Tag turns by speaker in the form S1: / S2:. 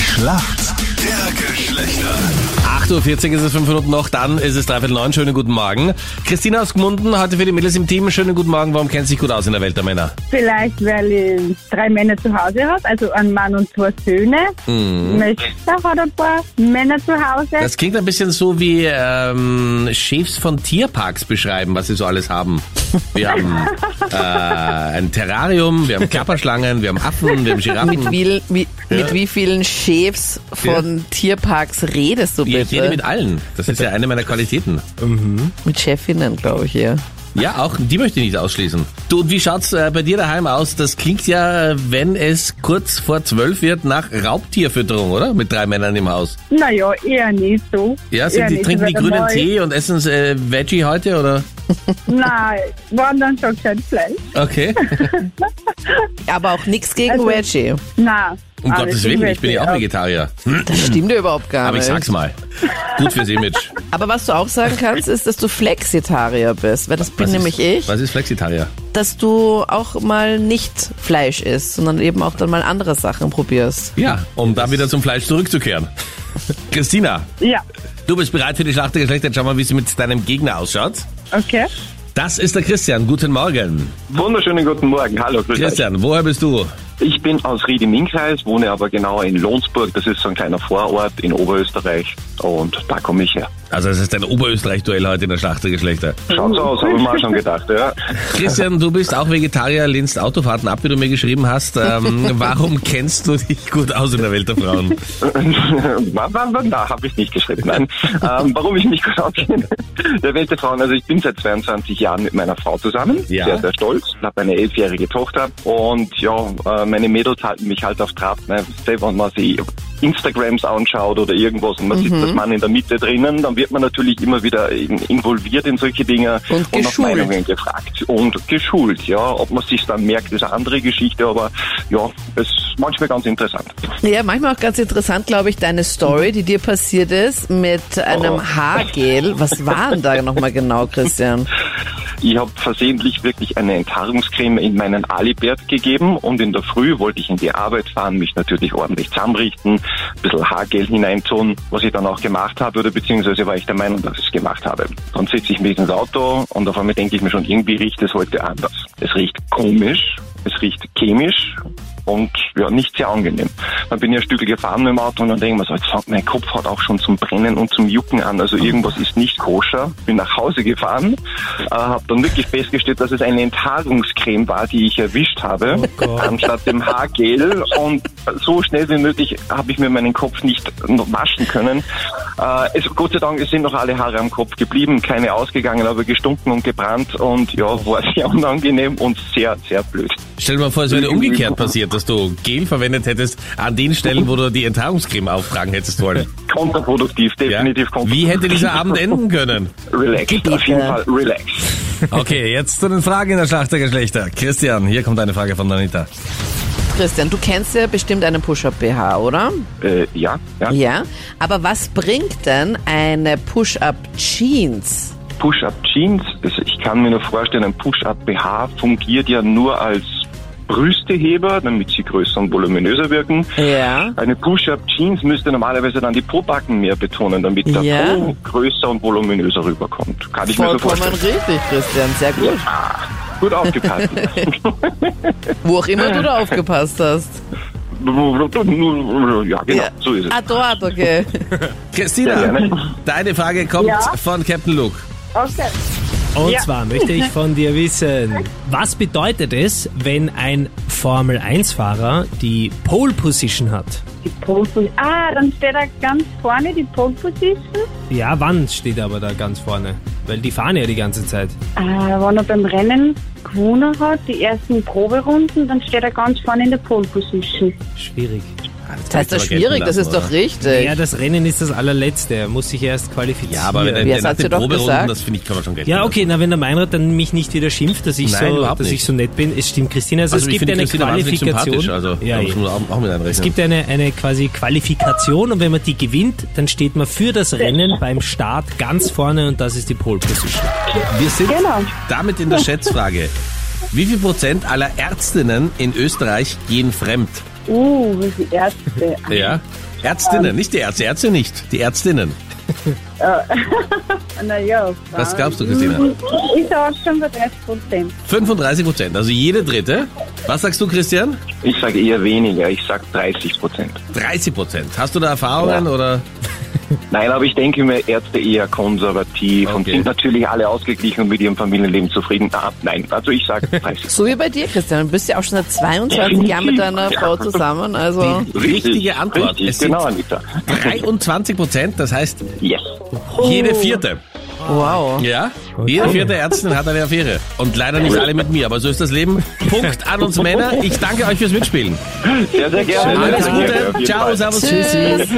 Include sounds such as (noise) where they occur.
S1: Schlacht der Geschlechter.
S2: 8.40 Uhr ist es, fünf Minuten noch, dann ist es dreiviertel neun. Schönen guten Morgen. Christina aus Gmunden, heute für die Mädels im Team. Schönen guten Morgen, warum kennt sich gut aus in der Welt der Männer?
S3: Vielleicht, weil ich drei Männer zu Hause habe, also einen Mann und zwei Söhne. Meine Schwester hat ein paar Männer zu Hause.
S2: Mhm. Das klingt ein bisschen so wie ähm, Chefs von Tierparks beschreiben, was sie so alles haben. Wir haben
S4: (laughs)
S2: äh, ein Terrarium, wir haben Klapperschlangen, wir haben Affen, wir haben Giraffen.
S4: Mit, wie, mit, mit wie vielen Chefs von Tierparks redest du
S2: Je-
S4: bitte?
S2: Jede mit allen. Das ist ja eine meiner Qualitäten.
S4: mit Chefinnen, glaube ich, ja.
S2: Ja, auch die möchte ich nicht ausschließen. Du, und wie schaut's äh, bei dir daheim aus? Das klingt ja, wenn es kurz vor zwölf wird, nach Raubtierfütterung, oder? Mit drei Männern im Haus.
S3: Naja, eher nicht so.
S2: Ja,
S3: Eher
S2: sind die,
S3: nicht,
S2: trinken die
S3: weil
S2: grünen
S3: einmal-
S2: Tee und essen äh, Veggie heute, oder?
S3: Nein, waren dann schon gescheit Fleisch.
S2: (laughs) Okay.
S4: Aber auch nichts gegen
S3: Also-
S4: Veggie.
S3: Nein.
S2: Um
S3: alles
S2: Gottes Willen, ich bin ja auch Vegetarier.
S4: Das stimmt ja überhaupt gar
S2: Aber ich
S4: nicht.
S2: sag's mal. Gut fürs
S4: (laughs)
S2: Image.
S4: Aber was du
S2: (laughs)
S4: auch sagen kannst, ist, dass du Flexitarier bist. Weil das bin
S2: Was
S4: nämlich
S2: ist,
S4: ich.
S2: Was ist Flexitarier?
S4: Dass du auch mal nicht Fleisch isst, sondern eben auch dann mal andere Sachen probierst.
S2: Ja, um dann wieder zum Fleisch
S4: (laughs)
S2: zurückzukehren. Christina,
S3: Ja,
S2: du bist bereit für die Schlacht der Geschlechter. Schau mal, wie es mit deinem Gegner ausschaut.
S3: okay.
S2: Das ist der Christian. Guten Morgen.
S5: Wunderschönen guten Morgen. Hallo, grüß
S2: Christian, woher bist du?
S5: euch. Ich bin aus Ried im Innkreis, wohne aber genau in Lohnsburg. Das ist so ein kleiner Vorort in Oberösterreich. Und da komme ich her.
S2: Also es ist ein Oberösterreich-Duell heute in der Schlacht der Geschlechter.
S5: Schaut so aus, habe ich mal schon gedacht, ja.
S2: Christian, du bist auch Vegetarier, lehnst Autofahrten ab, wie du mir geschrieben hast.
S4: (laughs)
S2: Ähm, warum kennst du dich gut aus in der Welt der Frauen?
S5: Wann, wann, wann? Da habe ich nicht geschrieben. Nein. Ähm, warum ich mich gut auskenne? Der Welt der Frauen. Also ich bin seit 22 Jahren mit meiner Frau zusammen.
S2: Ja.
S5: Sehr, sehr stolz. Ich habe eine elfjährige Tochter. Und ja, äh, meine Mädels halten mich halt auf Trab. Ne? Wenn man sich Instagrams anschaut oder irgendwas und man
S4: Mhm.
S5: sieht das Mann in der Mitte drinnen, dann wird man natürlich immer wieder in- involviert in solche Dinge
S4: Und
S5: nach
S4: geschult.
S5: Meinungen gefragt. Und geschult, ja. Ob man sich dann merkt, ist eine andere Geschichte, aber ja, es ist manchmal ganz interessant.
S4: Ja, manchmal auch ganz interessant, glaube ich, deine Story, die dir passiert ist mit einem
S5: Oh.
S4: Haargel. Was war denn da nochmal
S2: (laughs)
S4: genau, Christian?
S5: Ich habe versehentlich wirklich eine Enthaarungscreme in meinen Alibert gegeben und in der Früh wollte ich in die Arbeit fahren, mich natürlich ordentlich zusammenrichten, ein bisschen Haargel hineintun, was ich dann auch gemacht habe oder beziehungsweise war ich der Meinung, dass ich es gemacht habe. Dann setze ich mich ins Auto und auf einmal denke ich mir schon, irgendwie riecht es heute anders. Es riecht komisch, es riecht chemisch und ja, nicht sehr angenehm. Dann bin ich ein Stück gefahren mit dem Auto und dann denke ich mir so, jetzt fängt mein Kopf hat auch schon zum Brennen und zum Jucken an, also irgendwas ist nicht koscher. Bin nach Hause gefahren, äh, habe dann wirklich festgestellt, dass es eine Enthaarungscreme war, die ich erwischt habe, anstatt dem Haargel und so schnell wie möglich habe ich mir meinen Kopf nicht noch waschen können. Äh, es, Gott sei Dank es sind noch alle Haare am Kopf geblieben, keine ausgegangen, aber gestunken und gebrannt und ja, war (laughs) sehr unangenehm und sehr, sehr blöd.
S2: Stell dir mal vor, es wäre umgekehrt passiert, dass du Gel verwendet hättest an den Stellen, wo du die Enthaarungscreme auftragen hättest wollen.
S5: Kontraproduktiv,
S2: Ja?
S5: definitiv kontraproduktiv.
S2: Wie hätte dieser Abend enden können?
S5: Relaxed, auf jeden
S4: Bitte.
S5: Fall relaxed.
S2: Okay, jetzt zu den Fragen in der Schlacht der Geschlechter. Christian, hier kommt eine Frage von Anita.
S4: Christian, du kennst ja bestimmt einen Push-Up-BH, oder?
S5: Äh, ja, ja.
S4: Ja. Aber was bringt denn eine Push-Up-Jeans?
S5: Push-Up-Jeans, also ich kann mir nur vorstellen, ein Push-Up-BH fungiert ja nur als Brüsteheber, damit sie größer und voluminöser wirken.
S4: Ja.
S5: Eine Push-Up-Jeans müsste normalerweise dann die Pobacken mehr betonen, damit der
S4: Ja.
S5: Po größer und voluminöser rüberkommt. Kann ich mir so
S4: Vollkommen
S5: vorstellen.
S4: richtig, Christian. Sehr gut.
S5: Ah,
S4: (laughs)
S5: gut aufgepasst.
S4: Wo auch immer du da aufgepasst hast.
S5: ja, genau,
S4: Ja.
S5: so ist es.
S4: Ah, dort, okay.
S5: Sehr
S2: Christina,
S5: gerne.
S2: deine Frage kommt
S3: Ja?
S2: von Captain Luke.
S3: Okay.
S6: Und
S3: Ja.
S6: zwar möchte ich von dir wissen, was bedeutet es, wenn ein Formel-1-Fahrer die Pole Position hat?
S3: Die Pole Position. Ah, dann steht da ganz vorne die Pole Position.
S6: Ja, wann steht aber da ganz vorne? Weil die fahren ja die ganze Zeit.
S3: Äh, wenn er beim Rennen gewonnen hat, die ersten Proberunden, dann steht er ganz vorne in der Pole Position.
S6: Schwierig.
S4: Das heißt, das ist schwierig, das ist doch richtig.
S6: Ja, das Rennen ist das allerletzte. Er muss sich erst qualifizieren.
S2: Ja, aber wenn
S4: Ja,
S2: der
S4: das
S2: nach
S4: hat
S2: den
S4: sie doch
S2: Proberunden,
S4: gesagt.
S2: das finde ich, kann man schon gelten.
S6: Ja, okay, na, wenn der Meinrad dann mich nicht wieder schimpft, dass ich,
S2: Nein,
S6: so,
S2: überhaupt
S6: dass
S2: nicht.
S6: ich so nett bin. Es stimmt, Christina, also,
S2: Also ich
S6: es gibt
S2: finde
S6: eine
S2: Christina wahnsinnig sympathisch,
S6: Qualifikation.
S2: also
S6: ja,
S2: da muss
S6: ja.
S2: man auch auch mit einrechnen.
S6: Es gibt eine, eine quasi Qualifikation und wenn man die gewinnt, dann steht man für das Rennen beim Start ganz vorne und das ist die Pole Position.
S2: Wir sind
S3: Genau.
S2: damit in der Schätzfrage. Wie viel Prozent aller Ärztinnen in Österreich gehen fremd?
S3: Uh, wie viele Ärzte.
S2: Ja. Ärztinnen, nicht die Ärzte, Ärzte nicht, die Ärztinnen.
S3: Naja.
S2: Was glaubst du, Christina?
S3: Ich sage schon bei 30 Prozent.
S2: 35 Prozent, also jede dritte. Was sagst du, Christian?
S5: Ich sage eher weniger, ich sage 30 Prozent.
S2: 30 Prozent. Hast du da Erfahrungen
S5: Ja.
S2: oder?
S5: Nein, aber ich denke mir, Ärzte eher konservativ und
S2: Okay.
S5: sind natürlich alle ausgeglichen und mit ihrem Familienleben zufrieden. Ah, nein, also ich
S2: (laughs)
S5: sage 30.
S4: So wie bei dir, Christian. Du bist ja auch schon seit 22 Jahren mit deiner Frau zusammen. Also
S2: Richtige Antwort.
S5: Richtig,
S2: Es sind- (laughs)
S5: genau, Anita.
S2: 23 Prozent, das heißt
S5: Yes.
S2: jede vierte.
S4: wow.
S2: Ja, jede vierte Ärztin hat eine Affäre. Und leider nicht alle mit mir, aber so ist das Leben. Punkt an
S6: (laughs)
S2: uns Männer. Ich danke euch fürs Mitspielen.
S5: Sehr, sehr gerne.
S2: Alles
S5: Danke, auf
S2: Gute.
S5: jeden
S2: Ciao,
S5: Fall.
S2: servus,
S4: Tschüss.
S2: tschüssi.